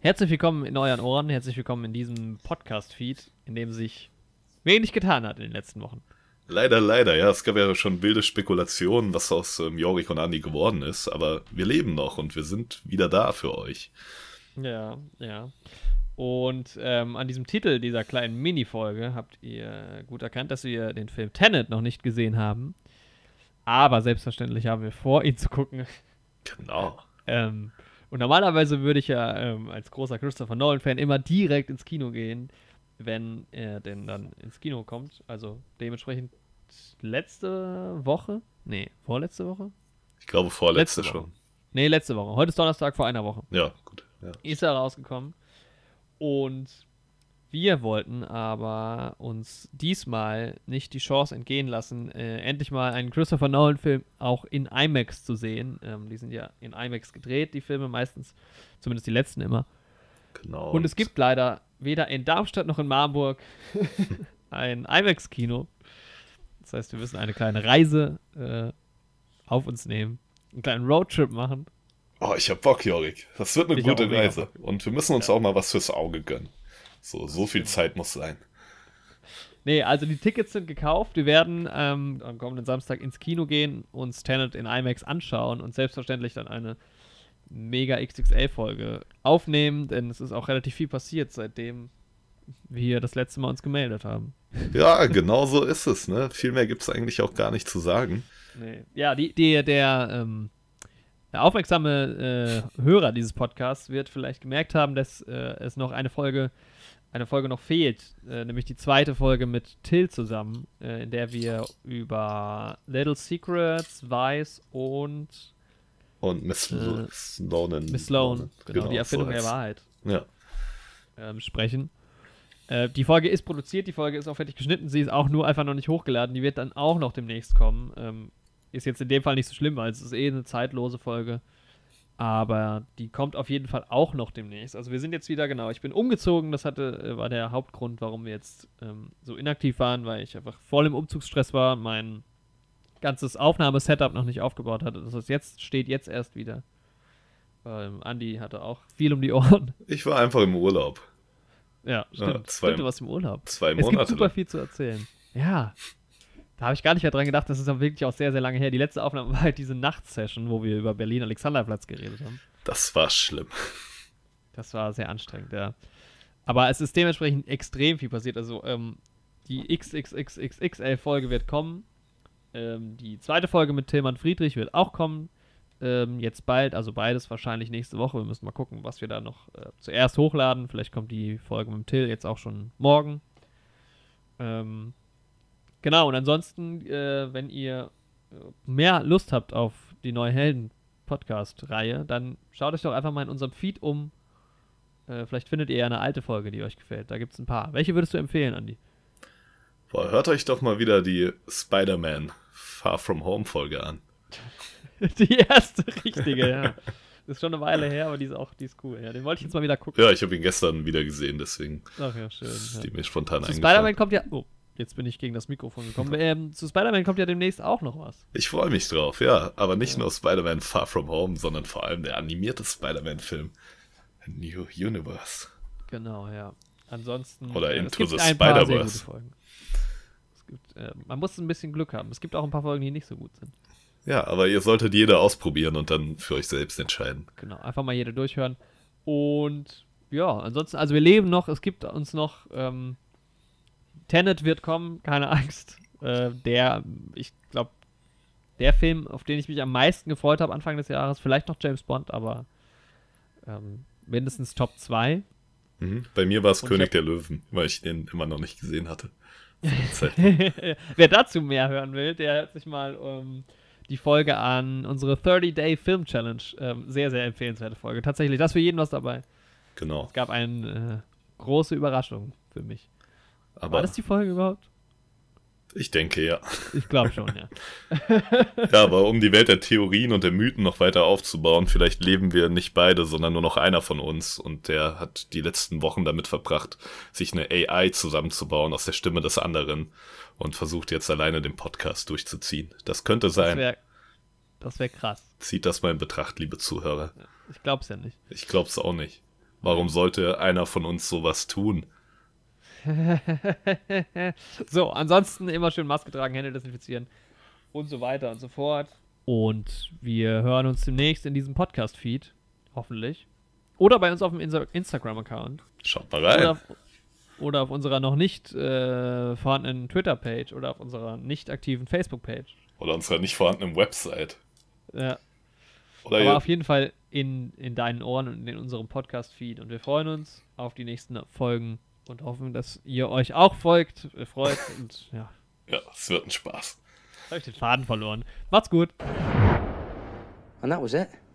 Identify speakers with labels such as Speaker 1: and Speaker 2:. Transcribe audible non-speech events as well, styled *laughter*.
Speaker 1: Herzlich willkommen in euren Ohren, herzlich willkommen in diesem Podcast-Feed, in dem sich wenig getan hat in den letzten Wochen.
Speaker 2: Leider, leider, ja. Es gab ja schon wilde Spekulationen, was aus ähm, Jorik und Andi geworden ist, aber wir leben noch und wir sind wieder da für euch.
Speaker 1: Ja, ja. Und ähm, an diesem Titel dieser kleinen Mini-Folge habt ihr gut erkannt, dass wir den Film Tenet noch nicht gesehen haben. Aber selbstverständlich haben wir vor, ihn zu gucken.
Speaker 2: Genau.
Speaker 1: Ähm, und normalerweise würde ich ja ähm, als großer Christopher Nolan-Fan immer direkt ins Kino gehen, wenn er denn dann ins Kino kommt. Also dementsprechend letzte Woche? Nee, vorletzte Woche?
Speaker 2: Ich glaube, vorletzte
Speaker 1: Letzte Woche.
Speaker 2: schon.
Speaker 1: Nee, letzte Woche. Heute ist Donnerstag vor einer Woche.
Speaker 2: Ja, gut. Ja.
Speaker 1: Ist er rausgekommen. Und wir wollten aber uns diesmal nicht die Chance entgehen lassen, äh, endlich mal einen Christopher Nolan-Film auch in IMAX zu sehen. Ähm, die sind ja in IMAX gedreht, die Filme meistens, zumindest die letzten immer.
Speaker 2: Genau.
Speaker 1: Und es gibt leider weder in Darmstadt noch in Marburg ein IMAX-Kino. Das heißt, wir müssen eine kleine Reise äh, auf uns nehmen, einen kleinen Roadtrip machen.
Speaker 2: Oh, ich hab Bock, Jorik. Das wird eine
Speaker 1: Ich auch
Speaker 2: gute
Speaker 1: mega
Speaker 2: Reise. Und wir müssen uns auch mal was fürs Auge gönnen. So, so viel Zeit muss sein.
Speaker 1: Nee, also die Tickets sind gekauft. Wir werden ähm, am kommenden Samstag ins Kino gehen, uns Tenet in IMAX anschauen und selbstverständlich dann eine mega XXL-Folge aufnehmen, denn es ist auch relativ viel passiert, seitdem wir das letzte Mal uns gemeldet haben.
Speaker 2: Ja, genau so ist es, ne? Viel mehr gibt's eigentlich auch gar nicht zu sagen.
Speaker 1: Nee. Ja, die, die, der, ähm, der aufmerksame äh, Hörer dieses Podcasts wird vielleicht gemerkt haben, dass äh, es noch eine Folge, eine Folge noch fehlt, äh, nämlich die zweite Folge mit Till zusammen, äh, in der wir über Little Secrets, Vice und
Speaker 2: Und Miss
Speaker 1: Äh,
Speaker 2: Sloan.
Speaker 1: Miss Sloan, genau, die Erfindung
Speaker 2: so
Speaker 1: der
Speaker 2: heißt-
Speaker 1: Wahrheit,
Speaker 2: Ja.
Speaker 1: ähm, sprechen. Äh, die Folge ist produziert, die Folge ist auch fertig geschnitten, sie ist auch nur einfach noch nicht hochgeladen, die wird dann auch noch demnächst kommen. Ähm, ist jetzt in dem Fall nicht so schlimm, weil es ist eh eine zeitlose Folge. Aber die kommt auf jeden Fall auch noch demnächst. Also wir sind jetzt wieder, genau, ich bin umgezogen, das hatte, äh, war der Hauptgrund, warum wir jetzt ähm, so inaktiv waren, weil ich einfach voll im Umzugsstress war, mein ganzes Aufnahmesetup noch nicht aufgebaut hatte. Das heißt, jetzt steht jetzt erst wieder. Ähm, Andi hatte auch viel um die Ohren.
Speaker 2: Ich war einfach im Urlaub.
Speaker 1: Ja,
Speaker 2: Ja,
Speaker 1: stimmt.
Speaker 2: zwei-
Speaker 1: stimmt, du warst im Urlaub.
Speaker 2: Zwei
Speaker 1: Es gibt
Speaker 2: Monate.
Speaker 1: super
Speaker 2: lang.
Speaker 1: viel zu erzählen. Ja. Da habe ich gar nicht mehr dran gedacht, das ist dann wirklich auch sehr, sehr lange her. Die letzte Aufnahme *laughs* war halt diese Nachtsession, wo wir über Berlin-Alexanderplatz geredet haben.
Speaker 2: Das war schlimm.
Speaker 1: Das war sehr anstrengend, ja. Aber es ist dementsprechend extrem viel passiert. Also, ähm, die XXXXXL-Folge wird kommen. Ähm, die zweite Folge mit Tillmann Friedrich wird auch kommen. Ähm, jetzt bald, also beides wahrscheinlich nächste Woche. Wir müssen mal gucken, was wir da noch äh, zuerst hochladen. Vielleicht kommt die Folge mit dem Till jetzt auch schon morgen. Ähm, genau, und ansonsten, äh, wenn ihr äh, mehr Lust habt auf die neue Helden-Podcast-Reihe, dann schaut euch doch einfach mal in unserem Feed um. Äh, vielleicht findet ihr ja eine alte Folge, die euch gefällt. Da gibt es ein paar. Welche würdest du empfehlen, Andi? *laughs*
Speaker 2: Boah, hört euch doch mal wieder die Spider-Man Far From Home Folge an.
Speaker 1: Die erste richtige, ja. Das ist schon eine Weile her, aber die ist auch, die ist cool. Ja, den wollte ich jetzt mal wieder gucken.
Speaker 2: Ja, ich habe ihn gestern wieder gesehen, deswegen
Speaker 1: Ach ja, schön.
Speaker 2: ist
Speaker 1: Ja.
Speaker 2: die mir spontan
Speaker 1: Zu
Speaker 2: eingefallen.
Speaker 1: Spider-Man kommt ja. Oh, jetzt bin ich gegen das Mikrofon
Speaker 2: *laughs*
Speaker 1: gekommen. Ähm, zu Spider-Man kommt ja demnächst auch noch was.
Speaker 2: Ich freue mich drauf, ja. Aber nicht nur Spider-Man Far From Home, sondern vor allem der animierte Spider-Man-Film. A New Universe.
Speaker 1: Genau, ja. Ansonsten.
Speaker 2: Oder
Speaker 1: äh, es
Speaker 2: Into
Speaker 1: gibt
Speaker 2: the
Speaker 1: ein paar sehr
Speaker 2: Spider-Verse.
Speaker 1: gute Folgen. Es gibt, äh, man muss ein bisschen Glück haben. Es gibt auch ein paar Folgen, die nicht so gut sind.
Speaker 2: Ja, aber ihr solltet jeder ausprobieren und dann für euch selbst entscheiden.
Speaker 1: Genau, einfach mal jede durchhören. Und ja, ansonsten, also wir leben noch, es gibt uns noch, ähm, Tenet wird kommen, keine Angst. Äh, der, ich glaube, der Film, auf den ich mich am meisten gefreut habe Anfang des Jahres, vielleicht noch James Bond, aber ähm, mindestens Top 2.
Speaker 2: Mhm. Bei mir war es
Speaker 1: Und
Speaker 2: König
Speaker 1: ich
Speaker 2: der Löwen, weil ich den immer noch nicht
Speaker 1: *laughs*
Speaker 2: gesehen hatte. Zeit.
Speaker 1: *laughs* Wer dazu mehr hören will, der hört sich mal ähm, die Folge an, unsere 30-Day Film Challenge. Ähm, sehr, sehr empfehlenswerte Folge. Tatsächlich, das für jeden was dabei.
Speaker 2: Genau.
Speaker 1: Es gab eine äh, große Überraschung für mich. War
Speaker 2: Aber
Speaker 1: das die Folge überhaupt?
Speaker 2: ich denke ja.
Speaker 1: Ich glaube schon, ja.
Speaker 2: Ja, aber um die Welt der Theorien und der Mythen noch weiter aufzubauen, vielleicht leben wir nicht beide, sondern nur noch einer von uns. Und der hat die letzten Wochen damit verbracht, sich eine AI zusammenzubauen aus der Stimme des anderen und versucht jetzt alleine den Podcast durchzuziehen. Das könnte
Speaker 1: Das
Speaker 2: sein.
Speaker 1: wäre das wär krass.
Speaker 2: Zieht das mal in Betracht, liebe Zuhörer.
Speaker 1: Ich glaube es ja nicht. *laughs*
Speaker 2: Ich glaub's auch nicht. Warum sollte einer von uns sowas tun?
Speaker 1: so, ansonsten immer schön Maske tragen, Hände desinfizieren und so weiter und so fort. Und wir hören uns demnächst in diesem Podcast-Feed, hoffentlich. Oder bei uns auf dem Insta Instagram-Account.
Speaker 2: Schaut mal rein.
Speaker 1: Oder auf, oder auf unserer noch nicht äh, vorhandenen Twitter-Page oder auf unserer nicht aktiven Facebook-Page.
Speaker 2: Oder unserer nicht vorhandenen Website.
Speaker 1: Ja.
Speaker 2: Oder
Speaker 1: Aber
Speaker 2: ihr,
Speaker 1: auf jeden Fall in, in deinen Ohren und in unserem Podcast-Feed. Und wir freuen uns auf die nächsten Folgen und hoffen, dass ihr euch auch folgt, äh, freut. und ja,
Speaker 2: ja, es wird ein Spaß.
Speaker 1: habe ich den Faden verloren. Macht's gut.
Speaker 3: And that was it.